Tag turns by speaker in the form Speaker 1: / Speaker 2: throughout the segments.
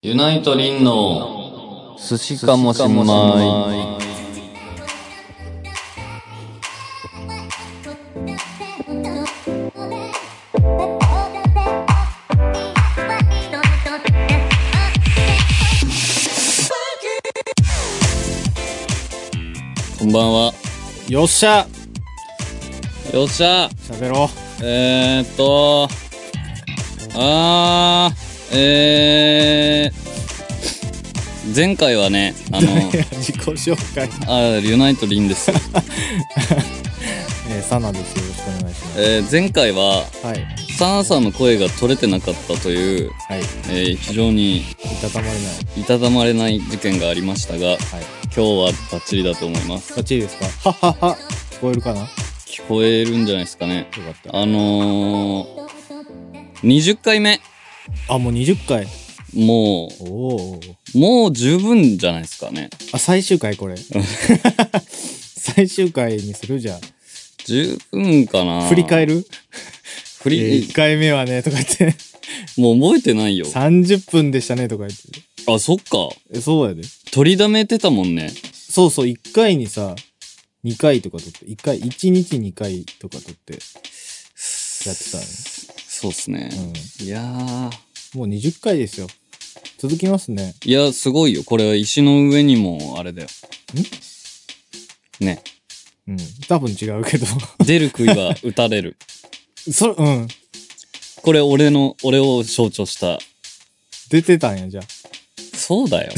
Speaker 1: ユナイトリンの寿司かもしんない。こんばんは。
Speaker 2: よっしゃ
Speaker 1: よっしゃ
Speaker 2: 喋ろう。
Speaker 1: えーっと、あー、えー、前回はね、あの、
Speaker 2: いや 自己紹介。
Speaker 1: あーユナイトリンです。
Speaker 2: えー、サナです。よろしくお願いしま
Speaker 1: えー前回は、
Speaker 2: す。はい。
Speaker 1: サナさんの声が取れてなかったという、
Speaker 2: はい。い
Speaker 1: えー非常に
Speaker 2: たたまれない。
Speaker 1: いたたまれない事件がありましたが、
Speaker 2: はい。
Speaker 1: 今日はバッチリだと思います。
Speaker 2: こっちいいですかはっはっは。聞こえるかなよか
Speaker 1: 聞こえるんじゃないですかね。
Speaker 2: っ
Speaker 1: あのー、20回目。
Speaker 2: た。あ、もう20回。
Speaker 1: も
Speaker 2: おお。
Speaker 1: う、もう十分じゃないですかね。
Speaker 2: あ、最終回 これ。最終回にするじゃ
Speaker 1: 十分かな
Speaker 2: あ。振り返る
Speaker 1: 振
Speaker 2: えー
Speaker 1: り
Speaker 2: 1、回目はね、とか言って。
Speaker 1: もう覚えてないよ。
Speaker 2: 30分でしたね、とか言って。
Speaker 1: あ、そっか。
Speaker 2: え、そうやで。
Speaker 1: 取りだめてたもんね。
Speaker 2: そうそう、1回にさ、2回とか撮って、1回、1日2回とか撮って、やってたの
Speaker 1: そうっすね。
Speaker 2: ね。うん。
Speaker 1: いやー。
Speaker 2: もう20回ですよ。続きますね。
Speaker 1: いや、すごいよ。これは石の上にも、あれだよ。ね。
Speaker 2: うん。多分違うけど。
Speaker 1: 出る杭は打たれる。
Speaker 2: それ、うん。
Speaker 1: これ俺の、俺を象徴した。
Speaker 2: 出てたんや、じゃあ。
Speaker 1: そう だよ。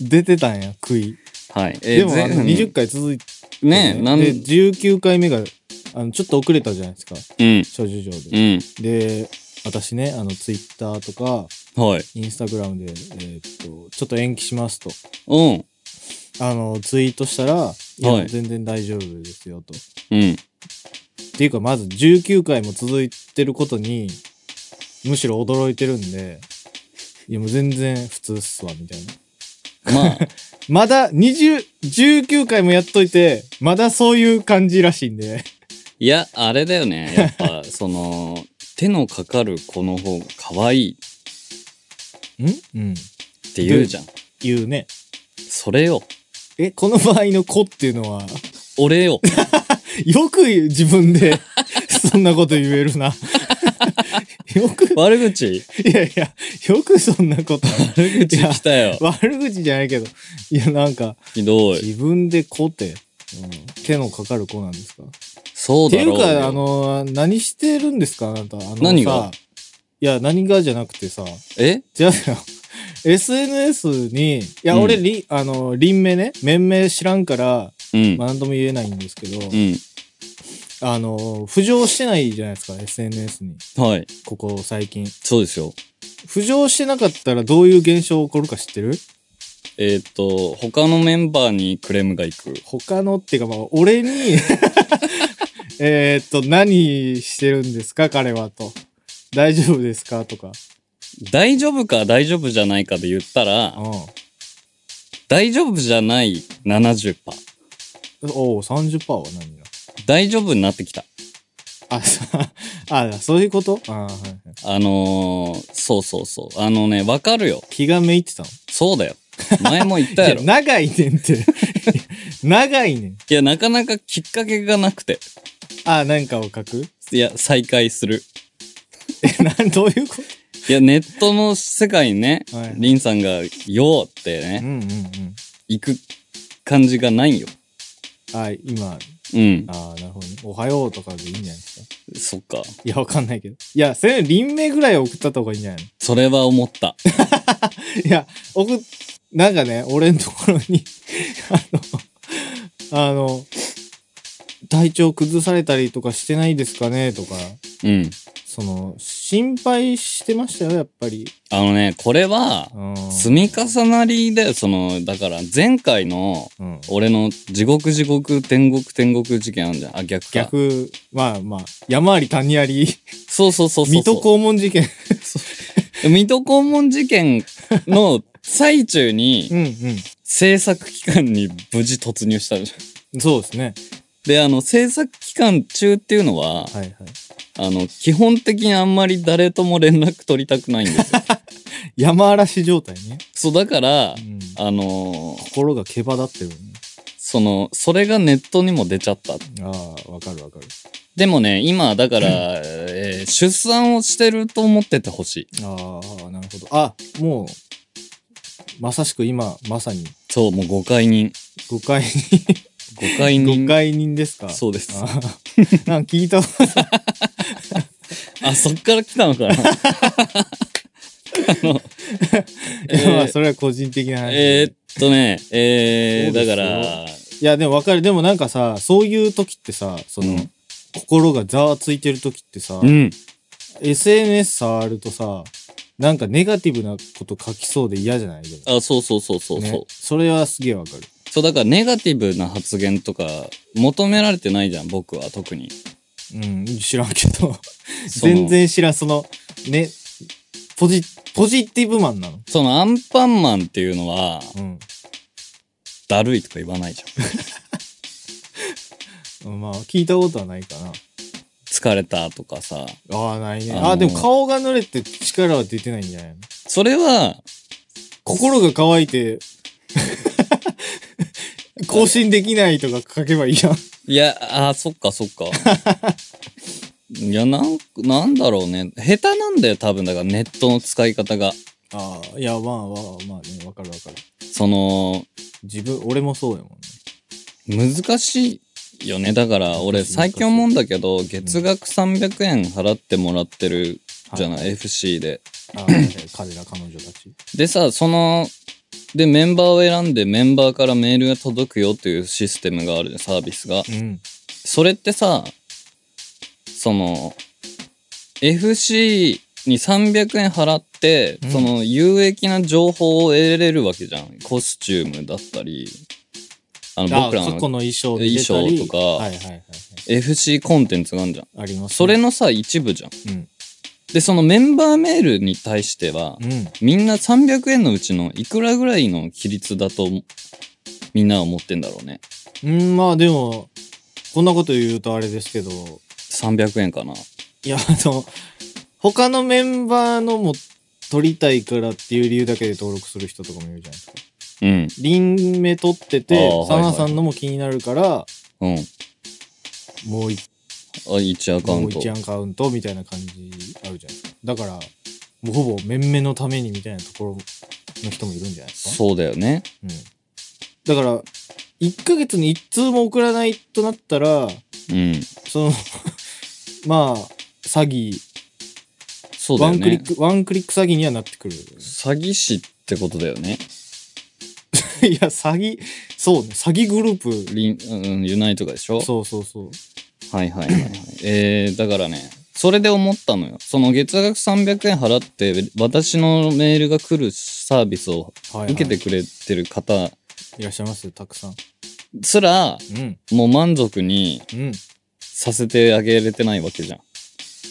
Speaker 2: 出てたんや、悔い。
Speaker 1: はい。えー
Speaker 2: でも、あ
Speaker 1: 前
Speaker 2: の20回続いて、
Speaker 1: ねえ、なん
Speaker 2: で、19回目が、あの、ちょっと遅れたじゃないですか。
Speaker 1: うん。
Speaker 2: 諸事情
Speaker 1: う
Speaker 2: で。
Speaker 1: ん。
Speaker 2: で、私ね、あの、ツイッターとか、
Speaker 1: はい。
Speaker 2: インスタグラムで、えーっと、ちょっと延期しますと。
Speaker 1: うん。
Speaker 2: あの、ツイートしたら、いや、
Speaker 1: はい
Speaker 2: 全然大丈夫ですよ、と。
Speaker 1: うん。
Speaker 2: っていうか、まず19回も続いてることに、むしろ驚いてるんで、いやもう全然普通っすわ、みたいな。
Speaker 1: ま あ、
Speaker 2: まだ20、19回もやっといて、まだそういう感じらしいんで。
Speaker 1: いや、あれだよね。やっぱ、その、手のかかる子の方が可愛い
Speaker 2: んうん。
Speaker 1: って言うじゃん。
Speaker 2: 言うね。
Speaker 1: それよ。
Speaker 2: え、この場合の子っていうのは、
Speaker 1: 俺よ。
Speaker 2: よく自分で、 そんなこと言えるな。 よく、
Speaker 1: 悪口
Speaker 2: いやいや、よくそんなこと。
Speaker 1: 悪口
Speaker 2: いや
Speaker 1: 来たよ。
Speaker 2: 悪口じゃないけど。いや、なんか、
Speaker 1: ひどい。
Speaker 2: 自分で子って、うん手のかかる子なんですか
Speaker 1: そう
Speaker 2: って
Speaker 1: だ
Speaker 2: い
Speaker 1: ろう
Speaker 2: う
Speaker 1: よ。
Speaker 2: か、あの、何してるんですかあなた。あのさ
Speaker 1: 何が
Speaker 2: いや、何がじゃなくてさ、
Speaker 1: え
Speaker 2: じゃあ、SNS に、いや、
Speaker 1: うん
Speaker 2: 俺、り、あの、輪名ね、面名知らんから、
Speaker 1: うん。
Speaker 2: まあ、なんとも言えないんですけど、
Speaker 1: うん。
Speaker 2: あの、浮上してないじゃないですか、SNS に。
Speaker 1: はい。
Speaker 2: ここ最近。
Speaker 1: そうですよ。
Speaker 2: 浮上してなかったらどういう現象起こるか知ってる
Speaker 1: えっ、と、他のメンバーにクレームがいく。
Speaker 2: 他のっていうか、まあ、俺に、 えーっと、何してるんですか、彼はと。大丈夫ですかとか。
Speaker 1: 大丈夫か大丈夫じゃないかで言ったら、
Speaker 2: う
Speaker 1: 大丈夫じゃない70%。
Speaker 2: ん。おう、30%は何だ
Speaker 1: 大丈夫になってきた。
Speaker 2: あ、さあ、そういうことあはいはい。
Speaker 1: あのー、そうそうそう。あのね、わかるよ。
Speaker 2: 気がめいってたの
Speaker 1: そうだよ。前も言ったやろ。
Speaker 2: い
Speaker 1: い
Speaker 2: や長いねんって。 長いねん。
Speaker 1: や、なかなかきっかけがなくて。
Speaker 2: あ、なんかを書く
Speaker 1: いや、再開する。
Speaker 2: え、なん、どういうこ
Speaker 1: いや、ネットの世界にね、
Speaker 2: はいはい
Speaker 1: リンさんが、よーって
Speaker 2: とうん
Speaker 1: ね、
Speaker 2: うんうん。
Speaker 1: 行く感じがないよ。
Speaker 2: あ、今、
Speaker 1: うん。
Speaker 2: あなるほどね。おはようとかでいいんじゃないですか。
Speaker 1: そっか。
Speaker 2: いや、わかんないけど。いや、それ、輪名ぐらい送った方がいいんじゃない
Speaker 1: それは思った。
Speaker 2: のいや、送っ、なんかね、俺のところに、あの、あの、体調崩されたりとかしてないですかねとか、
Speaker 1: うん。
Speaker 2: その、心配してましたよ、やっぱり。
Speaker 1: あのね、これは、
Speaker 2: うん。
Speaker 1: 積み重なりだよ。その、だから、前回の、
Speaker 2: うん。
Speaker 1: 俺の地獄地獄天国天国事件あるじゃん。あ、逆か。。
Speaker 2: 逆、まあまあ、山あり谷あり。
Speaker 1: そうそうそうそう
Speaker 2: 水
Speaker 1: そう。
Speaker 2: 戸黄門事件。
Speaker 1: 水戸黄門事件の最中に
Speaker 2: ん
Speaker 1: 制作期間に無事突入したじゃん。
Speaker 2: うん。そうですね。
Speaker 1: で、あの、制作期間中っていうのは、
Speaker 2: はいはい。
Speaker 1: あの、基本的にあんまり誰とも連絡取りたくないん ですよ。
Speaker 2: 山嵐状態ね。
Speaker 1: そう、だから
Speaker 2: う、ん
Speaker 1: あのー
Speaker 2: 心が毛羽立ってる
Speaker 1: その、それがネットにも出ちゃった。
Speaker 2: のね。ああ、わかるわかる。
Speaker 1: でもね、今、だから、えー出産をしてると思っててほしい。
Speaker 2: ああ、なるほど。あ、もう、まさしく今、まさに、
Speaker 1: そう、もう誤解人。
Speaker 2: 誤解人、
Speaker 1: 誤解人。
Speaker 2: 誤解人ですか
Speaker 1: そうです。
Speaker 2: あー なんか聞いた、
Speaker 1: あ、そっから来た のかなえー
Speaker 2: まあ、それは個人的な話。
Speaker 1: えーっとね、えー、
Speaker 2: そ
Speaker 1: だ
Speaker 2: うですよ
Speaker 1: から、
Speaker 2: いや、でもわかる。でもなんかさ、そういう時ってさ、その、
Speaker 1: うん
Speaker 2: 心がざわついてる時ってさ、
Speaker 1: うん。
Speaker 2: SNS 触るとさ、なんかネガティブなこと書きそうで嫌じゃないでも
Speaker 1: あ、そうそうそうそうそう、
Speaker 2: ねそれはすげえわかる。
Speaker 1: そう、だからネガティブな発言とか求められてないじゃん、僕は特に。
Speaker 2: うん、知らんけど。
Speaker 1: その
Speaker 2: 全。然知らん、その、ね、ポジ、ポジティブマンなの。
Speaker 1: そのアンパンマンっていうのは、
Speaker 2: うん。
Speaker 1: だるいとか言わないじゃん。
Speaker 2: まあ、聞いたことはないかな。
Speaker 1: 疲れたとかさ。
Speaker 2: ああ、ないね。
Speaker 1: あのー
Speaker 2: ああ、でも顔が濡れて力は出てないんじゃないの
Speaker 1: それは、
Speaker 2: 心が乾いて、 更新できないとか書けばいいやん。
Speaker 1: いや、あー、そっかそっか。 いや、なん、なんだろうね。下手なんだよ、多分。だからネットの使い方が。
Speaker 2: ああ、いや、まあまあまあね、わかるわかる。
Speaker 1: その、
Speaker 2: 自分、俺もそうやもんね。
Speaker 1: 難しいよね。だから、俺、
Speaker 2: 難しい
Speaker 1: 最近思うんだけど、月額300円払ってもらってるじゃない、
Speaker 2: はい
Speaker 1: FC で。
Speaker 2: ああ、 彼ら彼女たち。
Speaker 1: でさ、その、で、メンバーを選んでメンバーからメールが届くよっていうシステムがあるサービスが。
Speaker 2: うん。
Speaker 1: それってさ、その、FC に300円払って、
Speaker 2: うん
Speaker 1: その有益な情報を得れるわけじゃん。コスチュームだったり、あの、
Speaker 2: ああ、
Speaker 1: 僕ら
Speaker 2: 過去
Speaker 1: の
Speaker 2: の衣装で出たり
Speaker 1: 衣装とか
Speaker 2: はいはいはいはい。
Speaker 1: FC コンテンツがあるじゃん。
Speaker 2: あります、
Speaker 1: それ、のさ、一部じゃん。
Speaker 2: うん。
Speaker 1: で、そのメンバーメールに対しては、
Speaker 2: うん。
Speaker 1: みんな300円のうちのいくらぐらいの比率だとみんなは思ってんだろうね。
Speaker 2: うん、まあでも、こんなこと言うとあれですけど、
Speaker 1: 300円かな。
Speaker 2: いや、あの、他のメンバーのも取りたいからっていう理由だけで登録する人とかもいるじゃないですか。
Speaker 1: うん。
Speaker 2: リンメ取って
Speaker 1: あ
Speaker 2: て
Speaker 1: ー、
Speaker 2: サ
Speaker 1: はい
Speaker 2: ナ
Speaker 1: はいは
Speaker 2: さ
Speaker 1: い
Speaker 2: んのも気になるから、
Speaker 1: うん。あ、
Speaker 2: もう一
Speaker 1: 1アカウ
Speaker 2: も
Speaker 1: ン
Speaker 2: う
Speaker 1: ト。
Speaker 2: 一アカウントみたいな感じあるじゃないですか。だから、もうほぼ面々のためにみたいなところの人もいるんじゃないですか。
Speaker 1: そうだよね。
Speaker 2: うん。だから、1ヶ月に1通も送らないとなったら、
Speaker 1: うん。
Speaker 2: その、 まあ、詐欺、
Speaker 1: そうだ
Speaker 2: ワ
Speaker 1: よ
Speaker 2: ンクリ
Speaker 1: ね。
Speaker 2: ック、ワンクリック詐欺にはなってくる。
Speaker 1: 詐欺師ってことだよね。
Speaker 2: いや、詐欺、そうね、詐欺グループ。
Speaker 1: リン、うん、ユナイトがでしょ
Speaker 2: そうそうそう。
Speaker 1: はいはいはいはい。えー、だからね、それで思ったのよ。その月額300円払って、私のメールが来るサービスを
Speaker 2: はい、
Speaker 1: 受けてくれてる方
Speaker 2: いらっしゃいますよ、たくさん。
Speaker 1: すら、
Speaker 2: うん、
Speaker 1: もう満足に
Speaker 2: うん。
Speaker 1: させてあげれてないわけじゃん。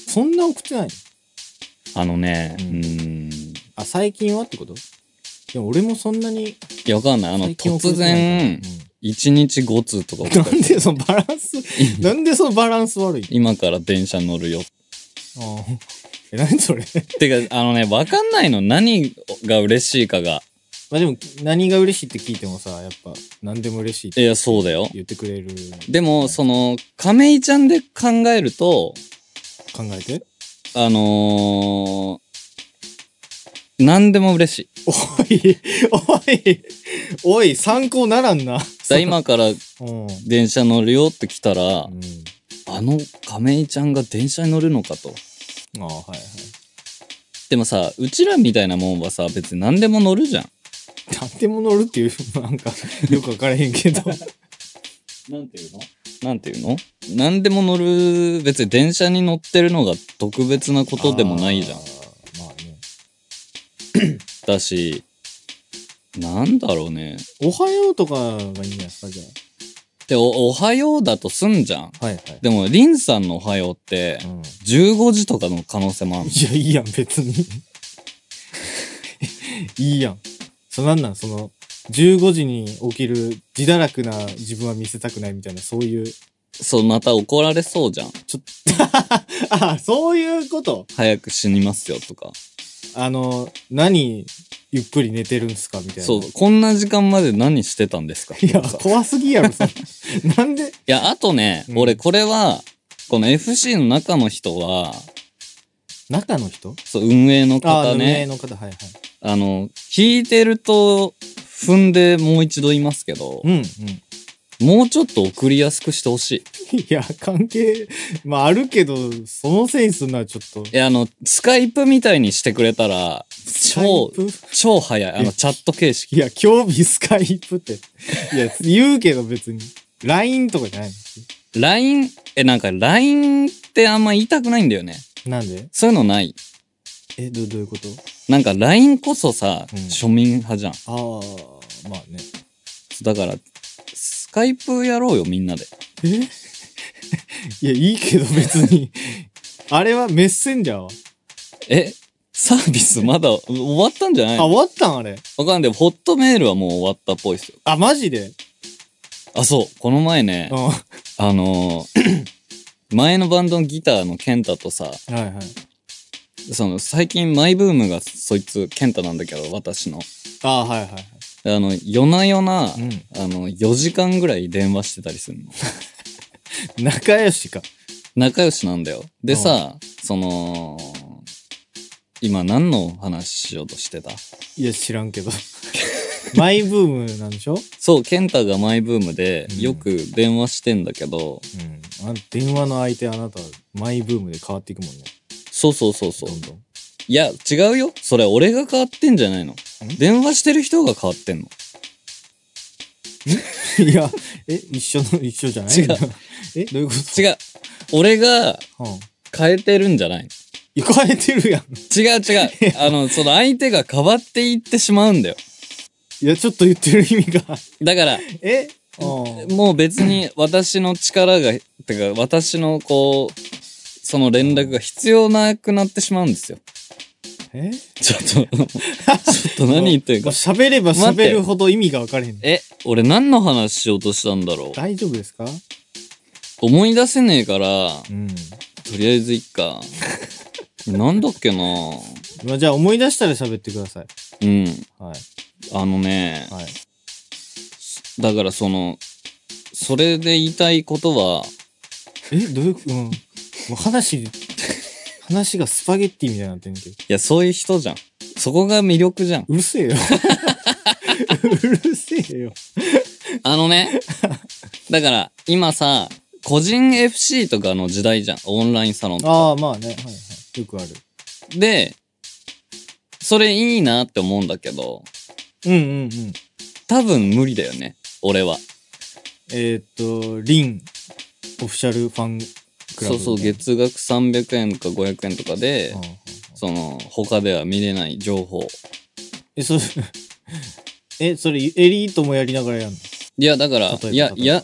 Speaker 2: そんな送ってない
Speaker 1: あのね、う
Speaker 2: うん
Speaker 1: ーん。い
Speaker 2: あ、最近はってことでも俺もそんなに
Speaker 1: や、わかんない。あの、
Speaker 2: 最近送
Speaker 1: 突
Speaker 2: ってない
Speaker 1: 然
Speaker 2: か、ら、うん
Speaker 1: 1日5通 とか送っ
Speaker 2: な
Speaker 1: た
Speaker 2: ん
Speaker 1: り
Speaker 2: でそのバランス、なんでそのバランス悪い
Speaker 1: 今から電車乗るよ。
Speaker 2: ああ え、何それ
Speaker 1: てか、あのね、わかんないの。何が嬉しいかが。
Speaker 2: まあでも、何が嬉しいって聞いてもさ、やっぱ、何でも嬉しいっ
Speaker 1: い
Speaker 2: て
Speaker 1: や、そうだよ。
Speaker 2: 言ってくれる。
Speaker 1: でも、その、亀井ちゃんで考えると、
Speaker 2: 考えて。
Speaker 1: あのー、何でも嬉しい。
Speaker 2: おい、おい、おい、参考ならんな。
Speaker 1: だ今から
Speaker 2: うん。うん。
Speaker 1: 電車乗るよって来たら、あの亀井ちゃんが電車に乗るのかと。
Speaker 2: ああ、はいはい。
Speaker 1: でもさ、うちらみたいなもんはさ、別に何でも乗るじゃん。
Speaker 2: 建物乗るっていう、なんか、 よくわからへんけど。
Speaker 1: なんていうのなんていうの何でも乗る、別に電車に乗ってるのが特別なことでもないじゃん
Speaker 2: あ。ー。まあね。
Speaker 1: だし、なんだろうね。
Speaker 2: おはようとかがいいんじゃないですか、じゃ
Speaker 1: で、お、おはようだとすんじゃん。
Speaker 2: あ。はいはい。
Speaker 1: でも、リンさんのおはようって、
Speaker 2: うん。
Speaker 1: 15時とかの可能性もある
Speaker 2: いや、いいやん、別に。 いいやん。そ、なんなん、その、15時に起きる自堕落な自分は見せたくないみたいな、そういう
Speaker 1: そう、また怒られそうじゃん。
Speaker 2: あ、そういうこと
Speaker 1: 早く死にますよとか。
Speaker 2: あの、何、ゆっくり寝てるんですかみたいな。
Speaker 1: そう、こんな時間まで何してたんですか
Speaker 2: いや、
Speaker 1: とかさ
Speaker 2: 怖すぎやろ、それ なん
Speaker 1: い
Speaker 2: で
Speaker 1: や、あとね、
Speaker 2: うん
Speaker 1: 俺これは、この FC の中の人は、
Speaker 2: 中の人
Speaker 1: そう、運営の
Speaker 2: ああ、
Speaker 1: 方
Speaker 2: 運営
Speaker 1: ね、
Speaker 2: の方、はいはい。
Speaker 1: あの、聞いてると踏んでもう一度言いますけど
Speaker 2: う、ん、うん。
Speaker 1: もうちょっと送りやすくしてほし
Speaker 2: いや、関係、まああるけど、そのせいにするのはちょっと
Speaker 1: い。。いや、あの、スカイプみたいにしてくれたら、超
Speaker 2: ス、カイプ
Speaker 1: 超早い。あの、
Speaker 2: え
Speaker 1: チャット形式。
Speaker 2: いや、興味スカイプって。いや、言うけど別に。LINE とかじゃない
Speaker 1: LINE、え、なんか LINE ってあんま言いたくないんだよね。
Speaker 2: なんで
Speaker 1: そういうのない。
Speaker 2: え、ど、どういうこと
Speaker 1: なんか LINE こそさ、
Speaker 2: うん
Speaker 1: 庶民派じゃん。
Speaker 2: ああ、まあね。
Speaker 1: だから、スカイプやろうよ、みんなで。
Speaker 2: えいや、いいけど別に。あれはメッセンジャーは。
Speaker 1: えサービスまだ終わったんじゃない
Speaker 2: あ、
Speaker 1: わ
Speaker 2: 終わったんあれ。
Speaker 1: かんない。ホットメールはもう終わったっぽいですよ。
Speaker 2: あ、マジで
Speaker 1: あ、そう。この前ね
Speaker 2: う、ん。は
Speaker 1: あの ー前のバンドのギターのケンタとさ、
Speaker 2: いはい。
Speaker 1: その最近マイブームがそいつケンタなんだけど、私の。
Speaker 2: ああ、はいはいは
Speaker 1: あの、夜な夜な、
Speaker 2: い。うん。
Speaker 1: あの、4時間ぐらい電話してたりするの。
Speaker 2: 仲良しか。
Speaker 1: 仲良しなんだよ。でさ、その、今何の話しようとしてた
Speaker 2: いや、知らん けど。マイブームなんでしょ
Speaker 1: そう、ケンタがマイブームで
Speaker 2: うん
Speaker 1: よく電話してんだけど、
Speaker 2: うん。あ電話の相手あなた、マイブームで変わっていくもんね。
Speaker 1: そうそうそうそう
Speaker 2: ど。ん どん。
Speaker 1: いや、違うよ。それ俺が変わってんじゃないの。電話してる人が変わってんの。
Speaker 2: いや、え、一緒の、 一緒じゃない
Speaker 1: 違う。
Speaker 2: え、どういうこ
Speaker 1: 違う。俺が
Speaker 2: とうん。
Speaker 1: 変えてるんじゃないの。
Speaker 2: いや変えてるやん。
Speaker 1: 違う違う。あの、その相手が変わっていってしまうんだよ。
Speaker 2: いや、ちょっと言ってる意味が。
Speaker 1: だから、
Speaker 2: えうん。
Speaker 1: もう別に私の力が、てか私のこう、その連絡が必要なくなってしまうんですよ。
Speaker 2: え
Speaker 1: ちょっと、ちょっと何言ってる
Speaker 2: ま
Speaker 1: か
Speaker 2: あ。喋れば喋るほど意味が分かれへん。
Speaker 1: え、俺何の話しようとしたんだろう。
Speaker 2: 大丈夫ですか
Speaker 1: 思い出せねえから、
Speaker 2: うん。
Speaker 1: とりあえずいっか。なんだっけな
Speaker 2: まあ、じゃあ思い出したら喋ってください。
Speaker 1: うん。
Speaker 2: はい。
Speaker 1: あのね、
Speaker 2: はい。
Speaker 1: だからその、それで言いたいことは、
Speaker 2: え、どういう、うん。もう話、話がスパゲッティみたいになってんねんけど。
Speaker 1: いや、そういう人じゃん。そこが魅力じゃん。
Speaker 2: うる せえよ。うるせえよ。
Speaker 1: あの ね、だから今さ、個人 FC とかの時代じゃん。オンラインサロンとか。
Speaker 2: ああ、まあね。はいはい。よくある。
Speaker 1: で、それいいなって思うんだけど、
Speaker 2: うんうんうん。
Speaker 1: 多分無理だよね。俺は。
Speaker 2: えーっと、リン、オフィシャルファンクラ
Speaker 1: そ
Speaker 2: ブ。
Speaker 1: うそう、月額300円か500円とかで
Speaker 2: うんうん、
Speaker 1: その、他では見れない情報。
Speaker 2: え、それ、 え、それ、エリートもやりながらやんの
Speaker 1: いや、だから、
Speaker 2: 例えば
Speaker 1: いや、
Speaker 2: 例えば
Speaker 1: いや、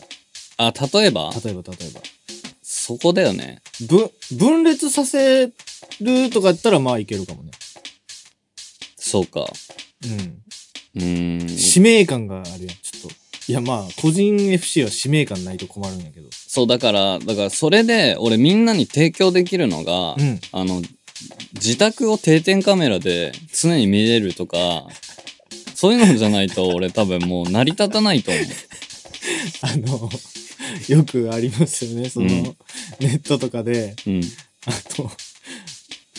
Speaker 1: あ、例えば
Speaker 2: 例えば、例えば。
Speaker 1: そこだよね。
Speaker 2: 分、分裂させるとかやったら、まあいけるかもね。
Speaker 1: そうか。
Speaker 2: うん。
Speaker 1: うーん。
Speaker 2: 使命感があるやん、ちょっと。いや、まあ、個人 FC は使命感ないと困るんやけど。
Speaker 1: そう、だから、だから、それで、俺みんなに提供できるのが、
Speaker 2: うん。
Speaker 1: あの、自宅を定点カメラで常に見れるとか、そういうのじゃないと俺多分もう成り立たないと思う。
Speaker 2: あの、 よくありますよね、その、
Speaker 1: うん
Speaker 2: ネットとかで、
Speaker 1: うん。
Speaker 2: あと、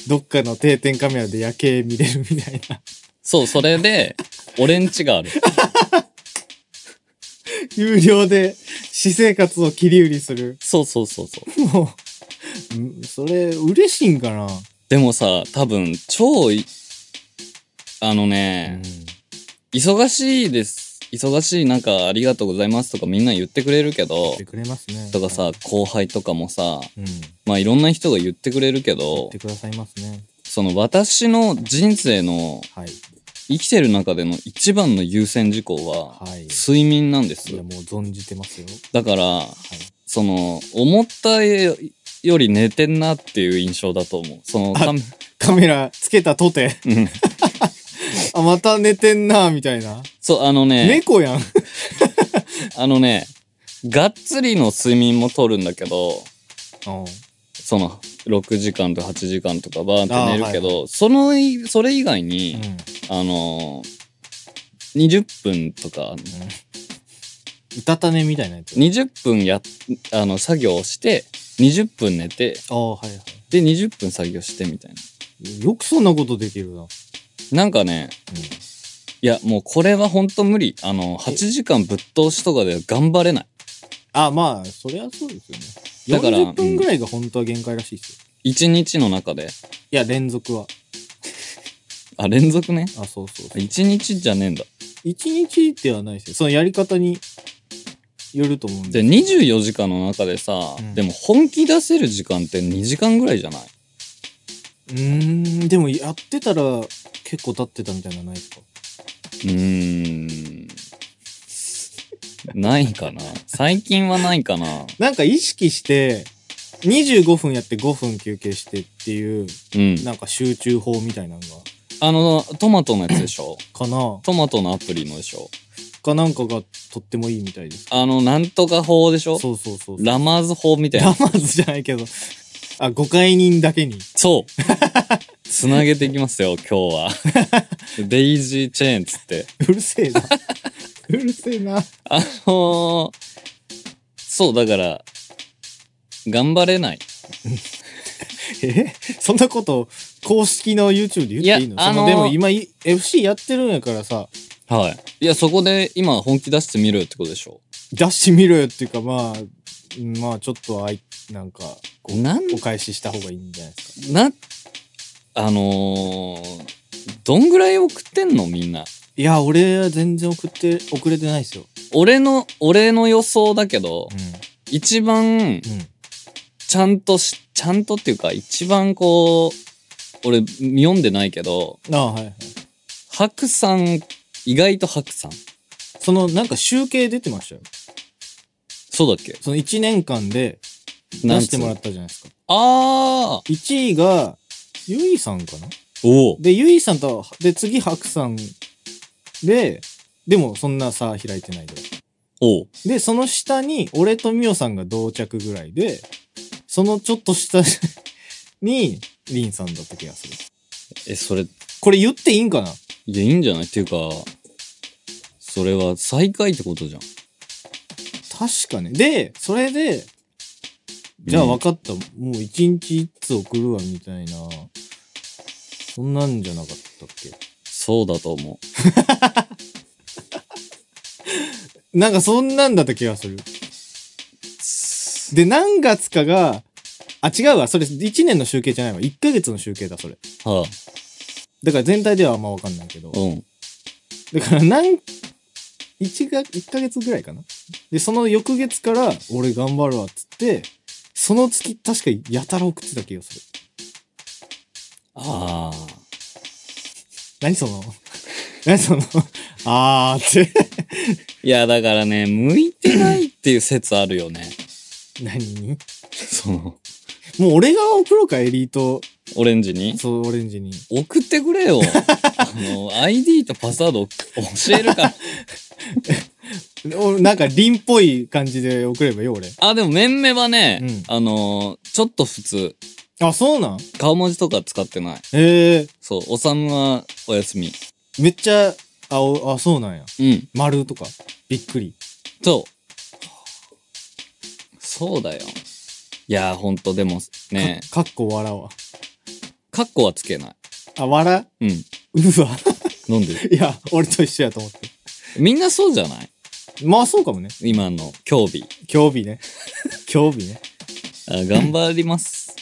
Speaker 2: どっかの定点カメラで夜景見れるみたいな。
Speaker 1: そう、それで、俺ん家がある。
Speaker 2: 有料で私生活を切り売りする。
Speaker 1: そうそうそうそう。
Speaker 2: もう、んそれ、嬉しいんかな、
Speaker 1: でもさ、多分、超い、あのね、忙しいです。忙しい、なんか、ありがとうございますとかみんな言ってくれるけ
Speaker 2: 言
Speaker 1: ど
Speaker 2: って、くれますね。
Speaker 1: とかさ、後輩とかもさ、
Speaker 2: うん。言
Speaker 1: まあいろんな人が言ってくれるけど
Speaker 2: っ、てくださいますね。
Speaker 1: その私の人生の
Speaker 2: はい。
Speaker 1: 生きてる中での一番の優先事項は、
Speaker 2: はい。
Speaker 1: 睡眠なんで
Speaker 2: いや、
Speaker 1: す。
Speaker 2: もう存じてますよ。
Speaker 1: だから、
Speaker 2: はい。
Speaker 1: その、思ったより寝てんなっていう印象だと思う。その、
Speaker 2: あ
Speaker 1: かん
Speaker 2: カメラつけたとて、
Speaker 1: うん
Speaker 2: あ、また寝てんな、みたいな。
Speaker 1: そう、あのね、
Speaker 2: 猫やん。
Speaker 1: あのね、がっつりの睡眠も取るんだけど、
Speaker 2: うん。
Speaker 1: その、6時間と8時間とかバーンって寝るけ
Speaker 2: あー
Speaker 1: ど、そのい、それ以外に、
Speaker 2: うん
Speaker 1: あのー、20分とか、
Speaker 2: うたた寝みたいなやつ。
Speaker 1: 20分やっ、あの、作業をして、20分寝て、
Speaker 2: ああ、はいは
Speaker 1: で、20分作業してみたいな。
Speaker 2: い。よくそんなことできるな。うん。
Speaker 1: なんかね、いや、もうこれはほんと無理。あの、8時間ぶっ通しとかでは頑張れない。
Speaker 2: あ、まあ、そりゃそうですよ
Speaker 1: だか
Speaker 2: ね。
Speaker 1: ら
Speaker 2: 40分ぐらいが本当は限界らしいですよ。
Speaker 1: 1日の中で。
Speaker 2: いや、連続は。
Speaker 1: あ、連続ね。
Speaker 2: あ、そうそうそう。
Speaker 1: 1日じゃねえんだ。
Speaker 2: 一日ではないですよ。そのやり方によると思うん
Speaker 1: で、
Speaker 2: で。
Speaker 1: 24時間の中でさ、
Speaker 2: うん
Speaker 1: でも本気出せる時間って2時間ぐらいじゃないう
Speaker 2: ーん、でもやってたら結構経ってたみたいなのないですか
Speaker 1: うーん。ないかな。最近はないかな。
Speaker 2: なんか意識して、25分やって5分休憩してっていう、
Speaker 1: うん。
Speaker 2: なんか集中法みたいなのが、
Speaker 1: あの、トマトのやつでしょ
Speaker 2: かな
Speaker 1: トマトのアプリのでしょ
Speaker 2: かなんかがとってもいいみたいです。
Speaker 1: あの、なんとか法でしょ
Speaker 2: そうそうそう。
Speaker 1: ラマーズ法みたい
Speaker 2: ラ
Speaker 1: な。
Speaker 2: マーズじゃないけど、あ、誤解人だけに。
Speaker 1: そう。つなげていきますよ、今 日は。デイジーチェーンつって。
Speaker 2: うるせえな。うるせえな。
Speaker 1: あのー、そう、だから、頑張れない。
Speaker 2: えそんなこと、公式の YouTube で言っていい
Speaker 1: いや
Speaker 2: のその
Speaker 1: あのー
Speaker 2: でも今い FC やってるんやからさ、
Speaker 1: はい。いや、そこで今本気出してみるってことでしょ
Speaker 2: 出してみろよっていうか、まあ、うんまあちょっとあい、なんか、こう
Speaker 1: なん
Speaker 2: お返しした方がいいんじゃないですか。
Speaker 1: な、あのー、どんぐらい送ってんのみんな。
Speaker 2: いや、俺は全然送って、遅れてないですよ。
Speaker 1: 俺の、俺の予想だけど、
Speaker 2: う
Speaker 1: 一番、
Speaker 2: ん。うん。
Speaker 1: ちゃんとし、ちゃんとっていうか、一番こう、俺、読んでないけど、
Speaker 2: ああ、はいはい。
Speaker 1: 白さん、意外と白さん。
Speaker 2: その、なんか集計出てましたよ。
Speaker 1: そうだっけ
Speaker 2: その1年間で出してもら
Speaker 1: っ
Speaker 2: ったじゃないですか。
Speaker 1: ああ
Speaker 2: 1位が、ゆいさんかな
Speaker 1: おお
Speaker 2: で、ゆいさんと、で、次、ハクさんで、でも、そんな差開いてないぐらい。
Speaker 1: おう
Speaker 2: で、その下に、俺とみおさんが同着ぐらいで、そのちょっと下 に、りんさんだった気がする。
Speaker 1: え、それ、い
Speaker 2: これ言っていいんかな
Speaker 1: や、いいんじゃないっていうか、それは最下位ってことじゃん。
Speaker 2: 確かね。で、それで、じゃあ
Speaker 1: うん
Speaker 2: 分かった。もう一日一通送るわ、みたいな。そんなんじゃなかったっけ
Speaker 1: そうだと思
Speaker 2: なんかそんなんだった気がする。
Speaker 1: う。
Speaker 2: で、何月かが、あ、違うわ。それ、1年の集計じゃないわ。1ヶ月の集計だ、それ。
Speaker 1: は
Speaker 2: だから全体ではあんまわかんないけど
Speaker 1: あ、。うん。
Speaker 2: だから、なん、1が、一ヶ月ぐらいかな。で、その翌月から、俺頑張るわ、っつって、その月、確かやたら送ってた気がする。
Speaker 1: ああ。
Speaker 2: 何その、 何その、 あーって。
Speaker 1: いや、だからね、向いてないっていう説あるよ ね。
Speaker 2: 何
Speaker 1: その、
Speaker 2: もう俺が送ろうか、エリート、
Speaker 1: オレンジに。
Speaker 2: そう、オレンジに。
Speaker 1: 送ってくれよ。 あの、ID とパスワード教える から。
Speaker 2: おなんか、凛っぽい感じで送ればよ、俺。
Speaker 1: あ、でも、メンメはね、
Speaker 2: うん
Speaker 1: あのーちょっと普通。
Speaker 2: あ、そうなん
Speaker 1: 顔文字とか使ってない。
Speaker 2: ええ
Speaker 1: そう、おさむはお休み。
Speaker 2: めっちゃ、あ、おあ、そうなんや。
Speaker 1: うん。
Speaker 2: 丸とか。びっくり。
Speaker 1: そう。そうだよ。いやー、ほんと、でもね、
Speaker 2: かっこわらは。
Speaker 1: カッコはつけない。
Speaker 2: あ、わら
Speaker 1: うん。
Speaker 2: うわ。
Speaker 1: なんで
Speaker 2: いや、俺と一緒やと思って。
Speaker 1: みんなそうじゃない
Speaker 2: まあそうかもね。
Speaker 1: 今の競技。
Speaker 2: 興味ね。興味ね。
Speaker 1: あ頑張ります。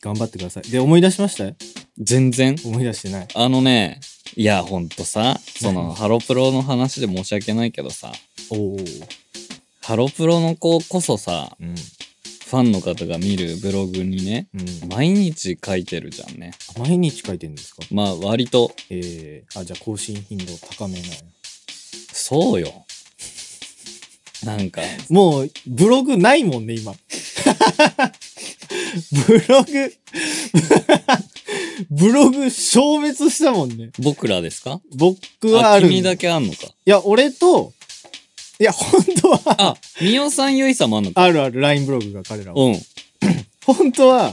Speaker 2: 頑張ってください。で、思い出しました
Speaker 1: 全然。
Speaker 2: 思い出してない。
Speaker 1: あのね、いや、ほんとさ、その、ハロプロの話で申し訳ないけどさ、
Speaker 2: おお。
Speaker 1: ハロプロの子こそさ、
Speaker 2: うん。
Speaker 1: ファンの方が見るブログにね、
Speaker 2: うん。
Speaker 1: 毎日書いてるじゃんね。
Speaker 2: 毎日書いてるんですか
Speaker 1: まあ、割と、
Speaker 2: ええあ、じゃあ更新頻度高めなよ。
Speaker 1: そうよ。なんか、
Speaker 2: もう、ブログないもんね、今。ブログ、ブログ消滅したもんね。
Speaker 1: 僕らですか
Speaker 2: 僕はあるん
Speaker 1: 君だけあんのか。
Speaker 2: いや、俺と、いや、本当は、
Speaker 1: あ、みおさんゆいさんもあんのか。
Speaker 2: あるある LINE ブログが彼らは。
Speaker 1: うん。
Speaker 2: 本当は、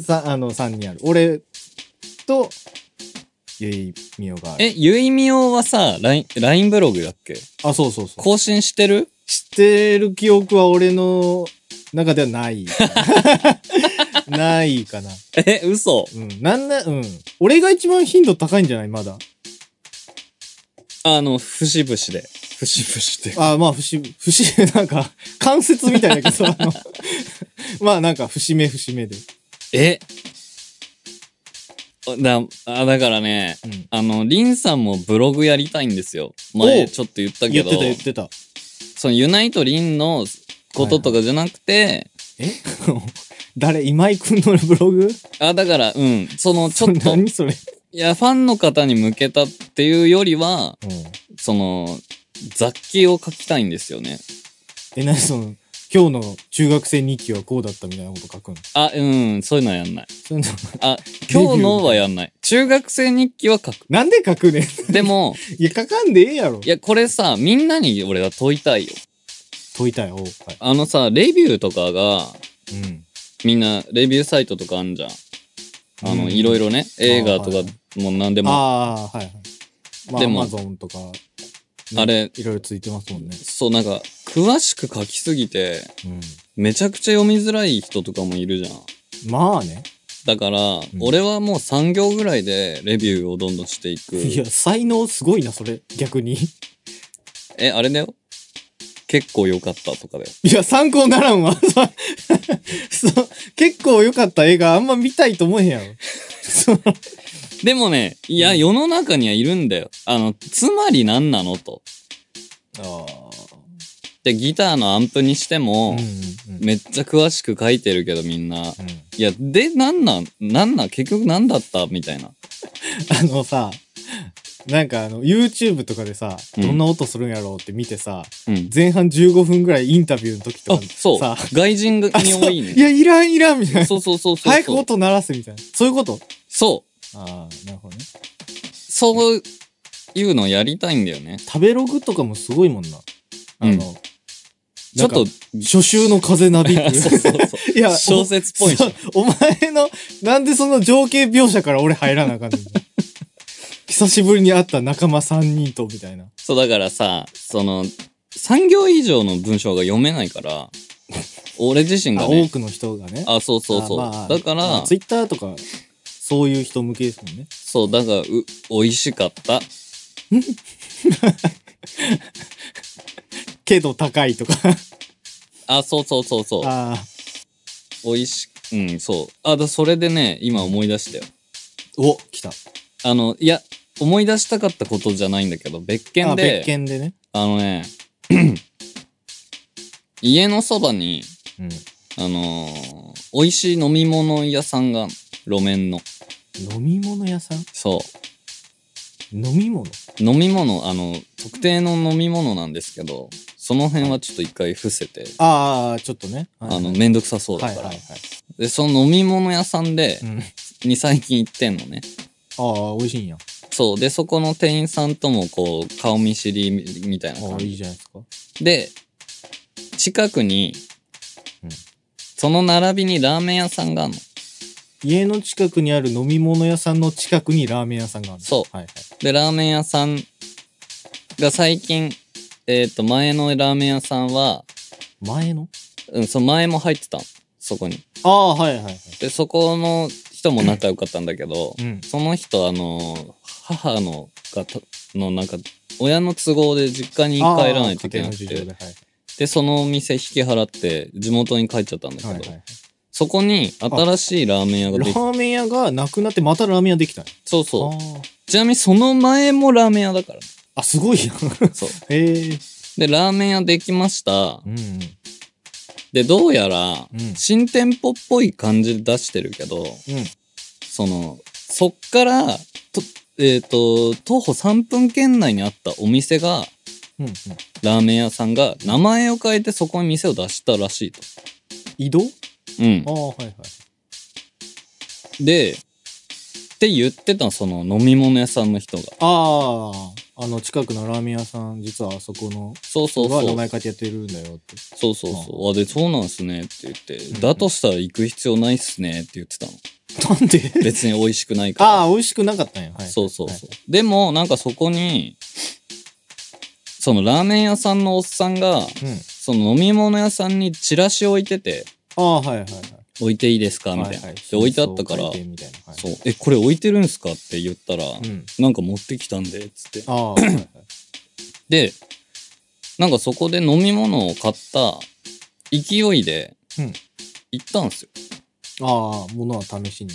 Speaker 2: さ、あの、3人ある。俺と、ゆいみおがある。
Speaker 1: え、ゆいみおはさ、ライン LINE ブログだっけ
Speaker 2: あ、そうそうそう。
Speaker 1: 更新してる
Speaker 2: 知ってる記憶は俺の中では ない。ないかな。
Speaker 1: え、嘘。
Speaker 2: うん。なんな、うん。俺が一番頻度高いんじゃないまだ。
Speaker 1: あの、節々で。節々で。
Speaker 2: あまあ、節、節、 なんか、関節みたいだけど、あの、 まあなんか、節目節目で。
Speaker 1: えだ、あ、だからね、
Speaker 2: うん。
Speaker 1: あの、リンさんもブログやりたいんですよ。前
Speaker 2: お
Speaker 1: ちょっと言ったけ
Speaker 2: 言っ
Speaker 1: ど
Speaker 2: て、た言ってた。
Speaker 1: そのユナイトリンのこととかじゃなくて、
Speaker 2: え 誰今井くんのブログ
Speaker 1: あ、だから、うん、そのちょっと、い
Speaker 2: 何それ。
Speaker 1: や、ファンの方に向けたっていうよりは、
Speaker 2: うん。
Speaker 1: その、雑記を書きたいんですよね。
Speaker 2: え、何その、今日の中学生日記はこうだったみたいなこと書くの
Speaker 1: あ、うん、そういうのはやんない。
Speaker 2: そういうの
Speaker 1: あ、今日のはやんない。中学生日記は書く。
Speaker 2: なんで書くねん
Speaker 1: でも、
Speaker 2: いや、書かんでええやろ
Speaker 1: い。や、これさ、みんなに俺は問いたいよ。
Speaker 2: 問いたい、おう。はい。
Speaker 1: あのさ、レビューとかが、
Speaker 2: うん。
Speaker 1: みんな、レビューサイトとかあんじゃん。あの、
Speaker 2: うん
Speaker 1: いろいろね、映画と
Speaker 2: あは
Speaker 1: か
Speaker 2: い
Speaker 1: もう何でも。あ,、
Speaker 2: ああ、はいはい。まあ、
Speaker 1: で
Speaker 2: ア
Speaker 1: も
Speaker 2: マゾンとか、ね
Speaker 1: れ、
Speaker 2: いろいろついてますもんね。
Speaker 1: そう、なんか、詳しく書きすぎて、
Speaker 2: うん。
Speaker 1: めちゃくちゃ読みづらい人とかもいるじゃん。
Speaker 2: まあね。
Speaker 1: だから、
Speaker 2: ん
Speaker 1: 俺はもう3行ぐらいでレビューをどんどんしていく。
Speaker 2: いや、才能すごいな、それ。逆に。
Speaker 1: え、あれだよ。結構良かったとかだよ。
Speaker 2: いや、参考にならんわ。 そうそう結構良かった映画あんま見たいと思えへんやろ。その
Speaker 1: でもね、いや、
Speaker 2: うん
Speaker 1: 世の中にはいるんだよ。あの、つまり何なのと。で、ギターのアンプにして
Speaker 2: うん
Speaker 1: も
Speaker 2: う、ん
Speaker 1: めっちゃ詳しく書いてるけどみんな。
Speaker 2: うん
Speaker 1: いや、で、なんなん、なんなん、結局なんだったみたいな。
Speaker 2: あのさ、なんかあの、YouTube とかでさ、
Speaker 1: うん
Speaker 2: どんな音するんやろうって見てさ、
Speaker 1: うん。
Speaker 2: 前半15分ぐらいインタビューの時と
Speaker 1: あ
Speaker 2: か、
Speaker 1: そう
Speaker 2: さ、。
Speaker 1: 外人に
Speaker 2: あそう
Speaker 1: 多い
Speaker 2: い
Speaker 1: ね。
Speaker 2: や、いらんいらんみたいな。
Speaker 1: そうそうそうそう。
Speaker 2: 早く音鳴らせみたいな。そういうこと
Speaker 1: そう。
Speaker 2: ああ、なるほどね。
Speaker 1: そういうのやりたいんだよね。
Speaker 2: 食べログとかもすごいもんな。あ
Speaker 1: うん
Speaker 2: の、
Speaker 1: ちょっと、
Speaker 2: 初秋の風なびく。
Speaker 1: そう そうそう。
Speaker 2: いや、
Speaker 1: 小説っぽいし
Speaker 2: そう。お 前の、なんでその情景描写から俺入らなあか んねん。久しぶりに会った仲間3人と、みたいな。
Speaker 1: そう、だからさ、その、3行以上の文章が読めないから、 俺自身
Speaker 2: あ
Speaker 1: が
Speaker 2: 多
Speaker 1: ね、
Speaker 2: くの人がね。
Speaker 1: あそうそうそう。
Speaker 2: あまあ
Speaker 1: だから、
Speaker 2: ツイッターとか、そういう人向けですもんね。
Speaker 1: そう、だから、う、美味しかった。
Speaker 2: けど高いとか。
Speaker 1: あ、そうそうそうそう。
Speaker 2: ああ。
Speaker 1: 美味し、うん、そう。あ、だ、それでね、今思い出したよ。
Speaker 2: お、来た。
Speaker 1: あの、いや、思い出したかったことじゃないんだけど、別件
Speaker 2: あ
Speaker 1: で
Speaker 2: 別、件でね。
Speaker 1: あのね、 家のそばに、
Speaker 2: うん。
Speaker 1: あのー美味しい飲み物屋さんがあんの、路面の。
Speaker 2: 飲み物屋さん
Speaker 1: そう。
Speaker 2: 飲み物
Speaker 1: 飲み物、あの、特定の飲み物なんですけど、その辺はちょっと一回伏せて、
Speaker 2: ああ、ちょっとね。はい
Speaker 1: あの、めんどくさそうだ
Speaker 2: はい
Speaker 1: から。
Speaker 2: はいはい。
Speaker 1: で、その飲み物屋さんで
Speaker 2: う、ん。
Speaker 1: に最近行ってんのね。
Speaker 2: ああ、美味しいんや。
Speaker 1: そう。で、そこの店員さんとも、こう、顔見知りみみたいな
Speaker 2: あ
Speaker 1: 感
Speaker 2: あ、いい
Speaker 1: じ。
Speaker 2: じゃないですか。
Speaker 1: で、近くに、
Speaker 2: うん
Speaker 1: その並びにラーメン屋さんがあるの。
Speaker 2: 家の近くにある飲み物屋さんの近くにラーメン屋さんがあるの
Speaker 1: そう
Speaker 2: はいはい。
Speaker 1: で、ラーメン屋さんが最近、えっ、と、前のラーメン屋さんは、
Speaker 2: 前の
Speaker 1: うん、その前も入ってたの。そこに。
Speaker 2: ああ、はいはいはい。
Speaker 1: で、そこの人も仲良かったんだけど、
Speaker 2: うん。
Speaker 1: その人、あの、母のがと、のなんか、親の都合で実家に帰らないといけなく
Speaker 2: ああ家庭の事情
Speaker 1: て、
Speaker 2: ではい
Speaker 1: で、そのお店引き払って、地元に帰っちゃったんだけど、
Speaker 2: はいはい
Speaker 1: そこに新しいラーメン屋が
Speaker 2: ラ
Speaker 1: でき
Speaker 2: ーメン屋がなくなってまたラーメン屋できたね
Speaker 1: そうそ
Speaker 2: あ
Speaker 1: う。ちなみにその前もラーメン屋だから、ね。
Speaker 2: ああ、すごいやん。
Speaker 1: そう。
Speaker 2: へえ。
Speaker 1: で、ラーメン屋できました
Speaker 2: う。んうん。
Speaker 1: で、どうやら
Speaker 2: う、ん
Speaker 1: 新店舗っぽい感じで出してるけど、
Speaker 2: うん。
Speaker 1: その、そっから、と、えっ、と、徒歩3分圏内にあったお店が、
Speaker 2: うんうん。
Speaker 1: ラーメン屋さんが、名前を変えてそこに店を出したらしいと。
Speaker 2: 移動
Speaker 1: うん
Speaker 2: あ。あ、はいはい。
Speaker 1: で、って言ってたの、その飲み物屋さんの人が。
Speaker 2: ああ、あの、近くのラーメン屋さん、実はあそこの、
Speaker 1: そうそう
Speaker 2: が
Speaker 1: そ
Speaker 2: 名
Speaker 1: う。
Speaker 2: 前書いてやってるんだよって。
Speaker 1: そうそうそう。あ、で、そうなんすねって言って、
Speaker 2: ん
Speaker 1: だとしたら行く必要ないっすねって言ってた の。
Speaker 2: なんで
Speaker 1: 別に美味しくないから。
Speaker 2: ああ、美味しくなかったんや。はい、
Speaker 1: そうそうそう。でも、なんかそこに、そのラーメン屋さんのおっさんが、
Speaker 2: はい。うん。
Speaker 1: その飲み物屋さんにチラシ置いてて、
Speaker 2: ああ、はいはいはい。
Speaker 1: 置いていいですかみたいな。で、置いてあったから、
Speaker 2: そう書いてみたいなはい
Speaker 1: そう、え、これ置いてるんすかって言ったら、
Speaker 2: うん。
Speaker 1: なんか持ってきたんで、つって。
Speaker 2: ああ、はいはい
Speaker 1: で、なんかそこで飲み物を買った勢いで
Speaker 2: うん、
Speaker 1: 行ったんですよ。
Speaker 2: ああ、ものは試しに。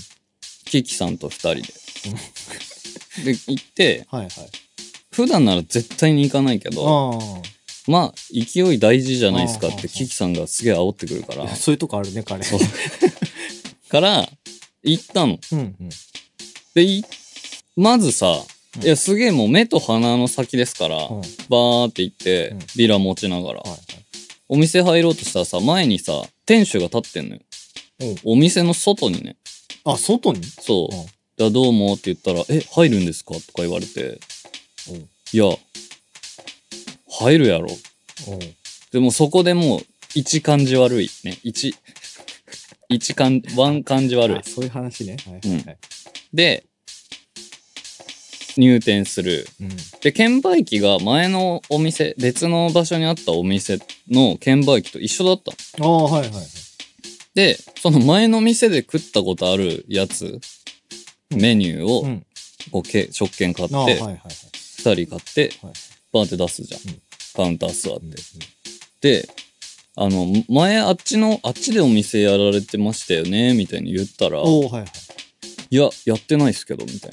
Speaker 1: ケーキさんと二人で。で、行って、
Speaker 2: はいはい。
Speaker 1: 普段なら絶対に行かないけど、
Speaker 2: あ
Speaker 1: まあ、勢い大事じゃないですかっ
Speaker 2: ああ
Speaker 1: て、キキさんがすげえ煽ってくるか
Speaker 2: あ
Speaker 1: ら
Speaker 2: いや。、そういうとこあるね、彼。
Speaker 1: そうから、行ったの。
Speaker 2: うんうん。
Speaker 1: で、いまずさ、
Speaker 2: うん
Speaker 1: いや、すげえもう目と鼻の先ですから、
Speaker 2: うん。はい
Speaker 1: バーって行って、
Speaker 2: うん
Speaker 1: ビラ持ちながら、
Speaker 2: はい。
Speaker 1: お店入ろうとしたらさ、前にさ、店主が立ってんのよ。お店の外にね、
Speaker 2: あ、外に
Speaker 1: そう
Speaker 2: うん、
Speaker 1: じゃあどうもって言ったら、え、入るんですかとか言われて、
Speaker 2: うん
Speaker 1: いや、入るやろ。
Speaker 2: うん。
Speaker 1: でもそこでもう、一感じ悪い。ね、一、一感、ワン感じ悪い
Speaker 2: あ。そういう話ね。はいはいはい。
Speaker 1: で、入店する。
Speaker 2: うん。
Speaker 1: で、券売機が前のお店、別の場所にあったお店の券売機と一緒だったの。
Speaker 2: ああ、はいはいはい。
Speaker 1: で、その前の店で食ったことあるやつ、
Speaker 2: うん
Speaker 1: メニュー
Speaker 2: う
Speaker 1: を、
Speaker 2: ん。
Speaker 1: こう、け食券買っ
Speaker 2: ああ、はい
Speaker 1: て
Speaker 2: は、いはい。
Speaker 1: 二人買って
Speaker 2: はい、
Speaker 1: バーンって出すじゃん
Speaker 2: うん。
Speaker 1: カウンター座っ
Speaker 2: うんうん
Speaker 1: て。で、あの、前あっちの、あっちでお店やられてましたよね、みたいに言ったら、
Speaker 2: おおはいはい。
Speaker 1: いや、やってないっすけど、みたい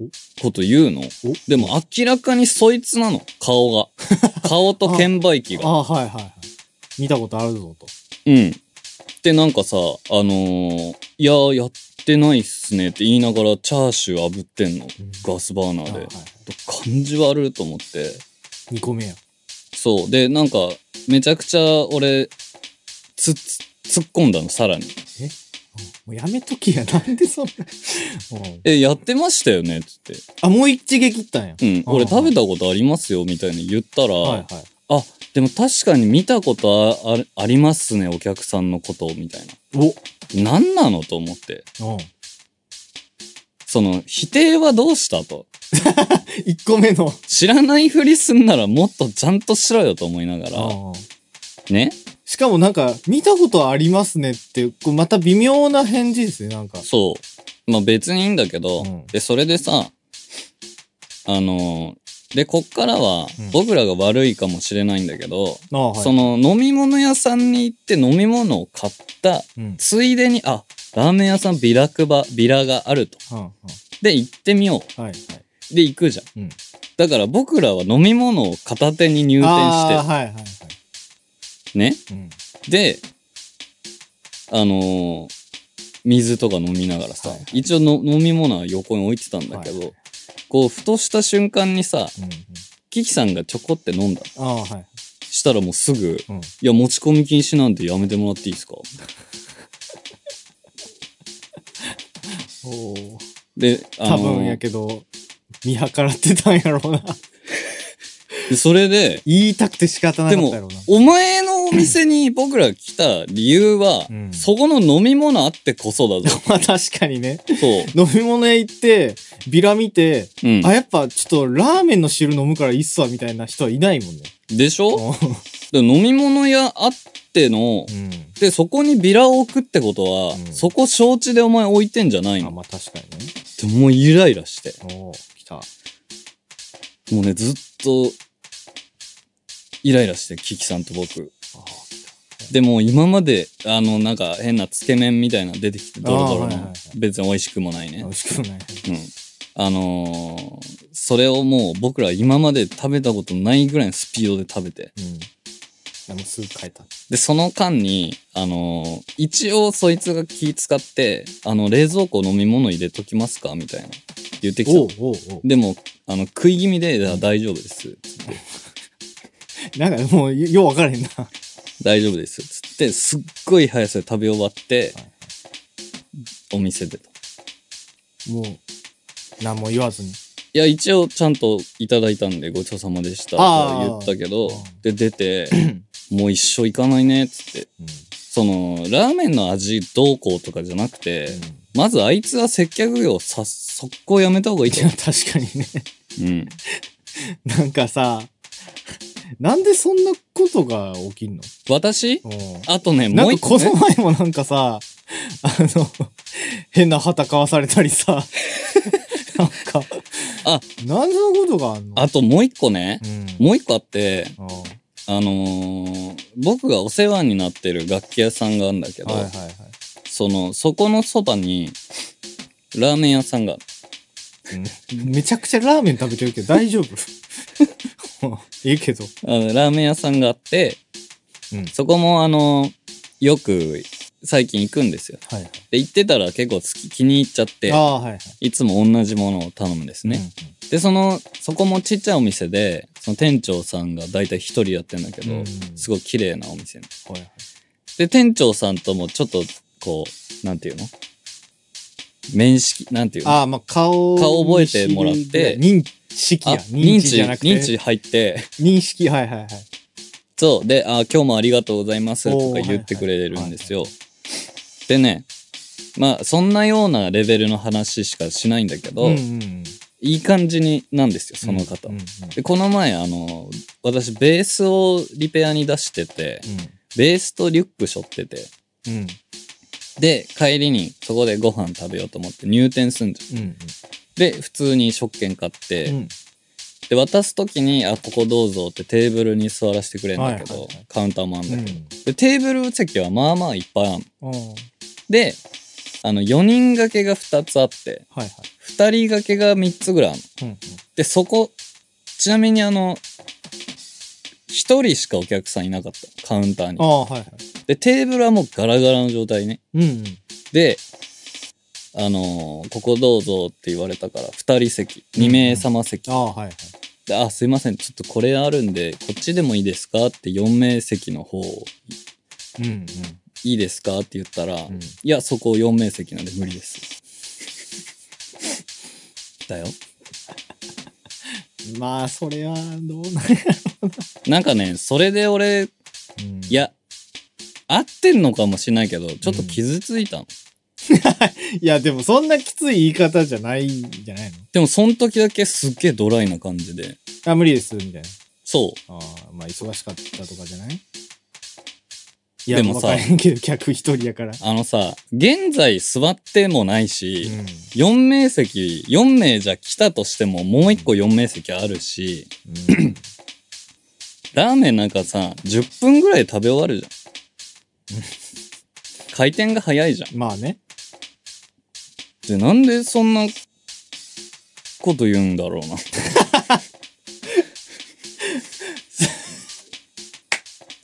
Speaker 2: お
Speaker 1: なこと言うの。
Speaker 2: お
Speaker 1: でも明らかにそいつなの、顔 が。顔と券売機が。
Speaker 2: ああ、はいはいはい。見たことあるぞと。
Speaker 1: うん。で、なんかさ、あのーいやー、やってないっすねって言いながらチャーシュー炙ってんの。
Speaker 2: うん
Speaker 1: ガスバーナ
Speaker 2: あ
Speaker 1: ー
Speaker 2: あは
Speaker 1: で。
Speaker 2: い、
Speaker 1: 感じ悪いと思って。
Speaker 2: 2個目や。
Speaker 1: そう。で、なんか、めちゃくちゃ俺、つ、つ突っ込んだの、さらに。
Speaker 2: うんもうやめときや。 なんでそんな。うん
Speaker 1: え、やってましたよねって言っ
Speaker 2: あ、もう一撃いったんや。
Speaker 1: て。うん。
Speaker 2: あー
Speaker 1: 俺食べたことありますよ、みたいに言ったら、
Speaker 2: はいはい。
Speaker 1: あ、でも確かに見たことああありますね、お客さんのことを、みたい
Speaker 2: お
Speaker 1: な。何なのと思って。
Speaker 2: うん。
Speaker 1: その、否定はどうしたと。
Speaker 2: 1個目の。
Speaker 1: 知らないふりすんならもっとちゃんとしろよと思いながら、
Speaker 2: うん
Speaker 1: ね。
Speaker 2: しかもなんか、見たことありますねって、こうまた微妙な返事ですね、なんか。
Speaker 1: そう。まあ別にいいんだけど、
Speaker 2: うん
Speaker 1: で、それでさ、あの、で、こっからは
Speaker 2: うん、
Speaker 1: 僕らが悪いかもしれないんだけど、
Speaker 2: ああ、はい。
Speaker 1: その飲み物屋さんに行って飲み物を買った、
Speaker 2: うん。うん。
Speaker 1: ついでに、あ、ラーメン屋さんビラ配、ビラがあると。
Speaker 2: うん。
Speaker 1: で、行ってみよう。
Speaker 2: はいはい。
Speaker 1: で行くじゃん。
Speaker 2: うん
Speaker 1: だから僕らは飲み物を片手に入
Speaker 2: ああ
Speaker 1: 店し
Speaker 2: はいはいはい。
Speaker 1: て、ね。
Speaker 2: うん。
Speaker 1: で、あのー水とか飲みながらさ、
Speaker 2: はいはい
Speaker 1: 一応の飲み物は横に置いてたんだけど、
Speaker 2: はい
Speaker 1: こう、ふとした瞬間にさ、
Speaker 2: うんうん。
Speaker 1: キキさんがちょこって飲んだ。
Speaker 2: ああ、はい。
Speaker 1: したらもうすぐ、
Speaker 2: うん。
Speaker 1: いや、持ち込み禁止なんてやめてもらっていいですか
Speaker 2: おお。
Speaker 1: で、あ
Speaker 2: 多
Speaker 1: のー
Speaker 2: 分やけど、見計らってたんやろうな。
Speaker 1: でそれで、
Speaker 2: 言いたくて仕方な
Speaker 1: で
Speaker 2: かっ
Speaker 1: も
Speaker 2: たやろうな。、
Speaker 1: お前のお店に僕ら来た理由は、
Speaker 2: うん
Speaker 1: そこの飲み物あってこそ だぞ。
Speaker 2: まあ確かにね。
Speaker 1: そう。
Speaker 2: 飲み物屋行って、ビラ見て、
Speaker 1: うん。
Speaker 2: あ、やっぱちょっとラーメンの汁飲むからいいっすわみたいな人はいないもんね。
Speaker 1: でしょ
Speaker 2: う
Speaker 1: で飲み物屋あっての、
Speaker 2: ん。
Speaker 1: で、そこにビラを置くってことは、
Speaker 2: うん
Speaker 1: そこ承知でお前置いてんじゃない
Speaker 2: あ、
Speaker 1: の
Speaker 2: まあ確かにね。
Speaker 1: でもうイライラして。
Speaker 2: おお来た。
Speaker 1: もうね、ずっと、イライラして、キキさんと僕。でも今まで、あの、なんか変なつけ麺みたいなの出てきて、ドロドロ
Speaker 2: あーはいはいは
Speaker 1: の
Speaker 2: い。
Speaker 1: 別に美味しくもないね
Speaker 2: 美。味しくもない。
Speaker 1: うん。あのーそれをもう僕ら今まで食べたことないぐらいのスピードで食べて。
Speaker 2: うん。でもすぐ変えた。
Speaker 1: で、その間に、あのー一応そいつが気使って、あの、冷蔵庫飲み物入れときますかみたいな。言ってきた
Speaker 2: お
Speaker 1: の
Speaker 2: う。おうおう
Speaker 1: でも、あの、食い気味で、いや大丈夫です。
Speaker 2: なんかもう、よよう分からへんな。
Speaker 1: 大丈夫です。つって、すっごい速さで食べ終わって、
Speaker 2: はい
Speaker 1: お店でと。
Speaker 2: もう、何も言わずに。
Speaker 1: いや、一応ちゃんといただいたんで、ごちそうさまでしたと
Speaker 2: あー
Speaker 1: は言ったけど
Speaker 2: うん、
Speaker 1: で、出て、もう一生行かないね、つって。
Speaker 2: うん
Speaker 1: その、ラーメンの味どうこうとかじゃなくて、まずあいつは接客業さ、速攻やめた方がいい
Speaker 2: い
Speaker 1: と
Speaker 2: や、 確かにね。
Speaker 1: 思う。うん。
Speaker 2: なんかさ、なんでそんなことが起きんの
Speaker 1: 私
Speaker 2: う
Speaker 1: あとね、
Speaker 2: ん。な
Speaker 1: もうん一
Speaker 2: かこ
Speaker 1: 個、ね
Speaker 2: の、前もなんかさ、あの、変な旗かわされたりさ、 なんか、
Speaker 1: あ、
Speaker 2: なんでそんなことがあんの
Speaker 1: あともう一個ね、
Speaker 2: うん。
Speaker 1: もう一個あって、
Speaker 2: うん
Speaker 1: あのー僕がお世話になってる楽器屋さんがあるんだけど、
Speaker 2: はいはいはい。
Speaker 1: その、そこのそばに、ラーメン屋さんがある、
Speaker 2: めちゃくちゃラーメン食べてるけど大丈夫 いいけど。
Speaker 1: あのラーメン屋さんがあって、
Speaker 2: うん
Speaker 1: そこもあの、よく最近行くんですよ。
Speaker 2: はいはい。
Speaker 1: で、行ってたら結構好き気に入っちゃって
Speaker 2: あ、あ、はいはい。
Speaker 1: いつも同じものを頼むんですね。で、その、そこもちっちゃいお店で、その店長さんが大体一人やってんだけ
Speaker 2: うん。
Speaker 1: ど、
Speaker 2: うん
Speaker 1: すごい綺麗なお店。
Speaker 2: はいはい。
Speaker 1: で、店長さんともちょっと、こう、なんていうの面識、なんていうの
Speaker 2: ああ、まあ顔。
Speaker 1: 顔覚えてもらって
Speaker 2: 認識や。
Speaker 1: あ
Speaker 2: 認知じゃなくて。
Speaker 1: 認知入って、
Speaker 2: 認識、はいはいはい。
Speaker 1: そう。で、あ、今日もありがとうございますとか言ってくれるんですよ。でね、まあ、そんなようなレベルの話しかしないんだけど、
Speaker 2: うんう
Speaker 1: い
Speaker 2: んうん
Speaker 1: い感じになんですよ、その方。
Speaker 2: うんうん
Speaker 1: で、この前、あの、私、ベースをリペアに出してて、ベースとリュック背負ってて、
Speaker 2: うんうん
Speaker 1: で、帰りにそこでご飯食べようと思って入店すんじゃん。
Speaker 2: うん
Speaker 1: で、普通に食券買って、
Speaker 2: うん
Speaker 1: で、渡すときに、あ、ここどうぞってテーブルに座らせてくれるんだけど、
Speaker 2: はいはいはい
Speaker 1: カウンターもあんだけ
Speaker 2: う
Speaker 1: ど、
Speaker 2: ん
Speaker 1: で、テーブル席はまあまあいっぱいあんの。
Speaker 2: うんはい
Speaker 1: で、あの、4人掛けが2つあって、
Speaker 2: はい。
Speaker 1: 2人掛けが3つぐらいあるの。
Speaker 2: うんうん
Speaker 1: で、そこ、ちなみにあの、1人しかお客さんいなかった。カウンター
Speaker 2: あ
Speaker 1: に。
Speaker 2: あ、はいはい。
Speaker 1: で、テーブルはもうガラガラの状態ね。
Speaker 2: うんうん。
Speaker 1: で、あのーここどうぞって言われたから、2人席、2名様席。
Speaker 2: ああ、はいはい。
Speaker 1: であ、すいません、ちょっとこれあるんで、こっちでもいいですかって4名席の方、
Speaker 2: うんうん
Speaker 1: いいですかって言ったら、
Speaker 2: うん。
Speaker 1: いや、そこ4面積なんで無理です。 だよ。
Speaker 2: まあ、それはどうなる
Speaker 1: なんかね、それで俺、い
Speaker 2: や。
Speaker 1: や、合ってんのかもしれないけど、ちょっと傷ついたの。
Speaker 2: いや、でもそんなきつい言い方じゃないんじゃないの
Speaker 1: でも、その時だけすっげえドライな感じで。
Speaker 2: あ、無理です、みたいな。
Speaker 1: そ
Speaker 2: ああ、まあ、忙しかったとかじゃないい
Speaker 1: で
Speaker 2: や、
Speaker 1: も
Speaker 2: わ
Speaker 1: さ
Speaker 2: かれんけど、客一人やから。
Speaker 1: う。あのさ、現在座ってもないし、
Speaker 2: うん
Speaker 1: 4名席、4名じゃ来たとしても、もう1個4名席あるし、
Speaker 2: うん
Speaker 1: ラーメンなんかさ、10分ぐらいで食べ終わるじゃん。 回転が早いじゃん。
Speaker 2: まあね。
Speaker 1: で、なんでそんなこと言うんだろうな。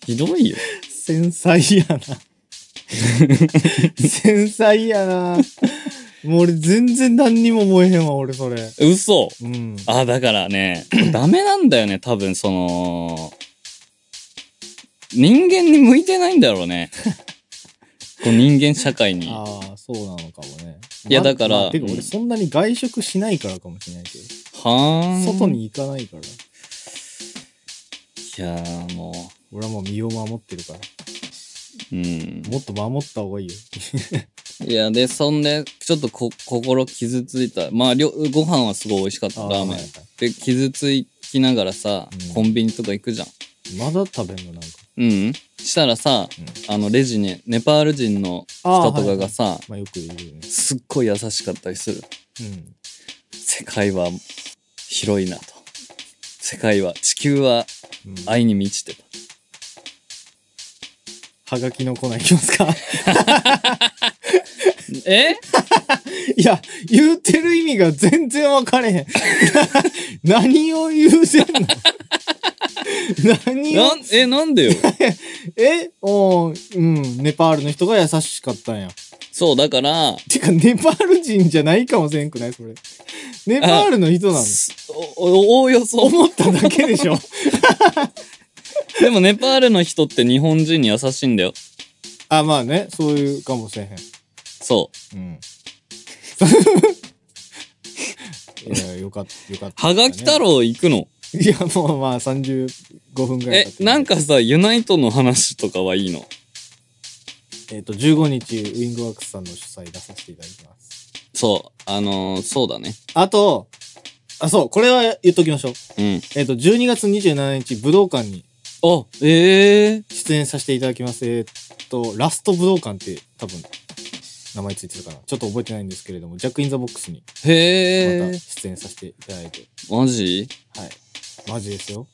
Speaker 1: ひどいよ。
Speaker 2: 繊細や な。繊細やな。もう俺全然何にも思えへんわ、俺それ。
Speaker 1: 嘘。
Speaker 2: うん。
Speaker 1: あ、だから ね、ダメなんだよね、多分その、人間に向いてないんだろう ね。こう人間社会に。は
Speaker 2: ああ、そうなのかもね。
Speaker 1: いや
Speaker 2: ま
Speaker 1: だから
Speaker 2: まあてか
Speaker 1: う
Speaker 2: 俺
Speaker 1: ん
Speaker 2: そんなに外食しないからかもしれないけど。
Speaker 1: ーん。
Speaker 2: 外。に行かないから。
Speaker 1: いやーも
Speaker 2: 俺はもう身を守ってるから。
Speaker 1: う、うん。
Speaker 2: もっと守った方がいいよ。
Speaker 1: いや、で、そんで、ちょっとこ、心傷ついた。まあ、りょご飯はすごい美味しかった、
Speaker 2: あ
Speaker 1: ラーメン
Speaker 2: はい。
Speaker 1: で、傷つきながらさ、
Speaker 2: うん
Speaker 1: コンビニとか行くじゃん。
Speaker 2: はいまだ食べんのなんか。
Speaker 1: うん、したらさ、あの、レジに、ネパール人の
Speaker 2: あ
Speaker 1: 人
Speaker 2: ー
Speaker 1: とかが
Speaker 2: はい
Speaker 1: さ、
Speaker 2: まあよく言うよね。
Speaker 1: すっごい優しかったりする。
Speaker 2: うん。
Speaker 1: 世界は広いなと。世界は、地球は
Speaker 2: うん
Speaker 1: 愛に満ちてた。
Speaker 2: はがきのコーナーいきますか
Speaker 1: え
Speaker 2: いや、言うてる意味が全然わかれへん。 な何を言うてんの何を
Speaker 1: なん、え、なんでよ。
Speaker 2: えおーうん、ネパールの人が優しかったんや。
Speaker 1: そう、だから、
Speaker 2: てか、ネパール人じゃないかもしれんくないそれ。ネパールの人なの
Speaker 1: すおおおおよそ。
Speaker 2: 思っただけで しょ
Speaker 1: でも、ネパールの人って日本人に優しいんだよ。
Speaker 2: あ、まあね、そういうかもしれへん。
Speaker 1: そう。
Speaker 2: うん。いや、よかった、よかった、
Speaker 1: はがき太郎行くの
Speaker 2: いや、もうまあ35分ぐらい
Speaker 1: え
Speaker 2: 経っ、てる
Speaker 1: なん、かさ、ユナイトの話とかはいいの
Speaker 2: えっ、と、15日、ウィングワークスさんの主催出させていただきます。
Speaker 1: そう。あのーそうだね。
Speaker 2: あと、あ、そう、これは言っときましょ
Speaker 1: う
Speaker 2: う。
Speaker 1: ん。
Speaker 2: えっ、と、12月27日、武道館に
Speaker 1: あ、ええー。
Speaker 2: 出演させていただきます。えっ、と、ラスト武道館って多分、名前ついてるかな。ちょっと覚えてないんですけれども、ジャック・イン・ザ・ボックスにま
Speaker 1: へ
Speaker 2: た
Speaker 1: え。
Speaker 2: 出演させていただいて、
Speaker 1: マジ
Speaker 2: はい。マジですよ。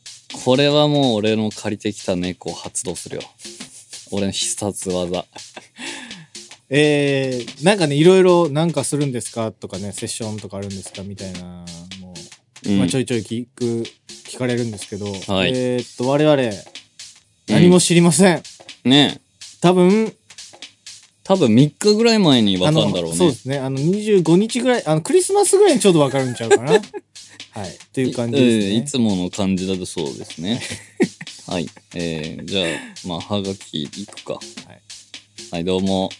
Speaker 1: これはもう俺の借りてきた猫を発動するよ。俺の必殺技。
Speaker 2: えー、なんかね、いろいろなんかするんですかとかね、セッションとかあるんですかみたいな、も
Speaker 1: う
Speaker 2: う、
Speaker 1: ん
Speaker 2: まあ、ちょいちょい聞く、聞かれるんですけど、
Speaker 1: はい
Speaker 2: えーっと、我々、何も知りません。
Speaker 1: ねえ。
Speaker 2: 多分、
Speaker 1: 多分3日ぐらい前に分
Speaker 2: あ
Speaker 1: か
Speaker 2: の、
Speaker 1: るんだろう
Speaker 2: そうで
Speaker 1: ね。
Speaker 2: すね、あの、25日ぐらい、あの、クリスマスぐらいにちょうどわかるんちゃうか な。はい。っていう感じですね。
Speaker 1: いうんいつもの感じだとそうですね。 はい。えー、じゃあ、まあ、はがきいくか。
Speaker 2: はい
Speaker 1: はい、どうも。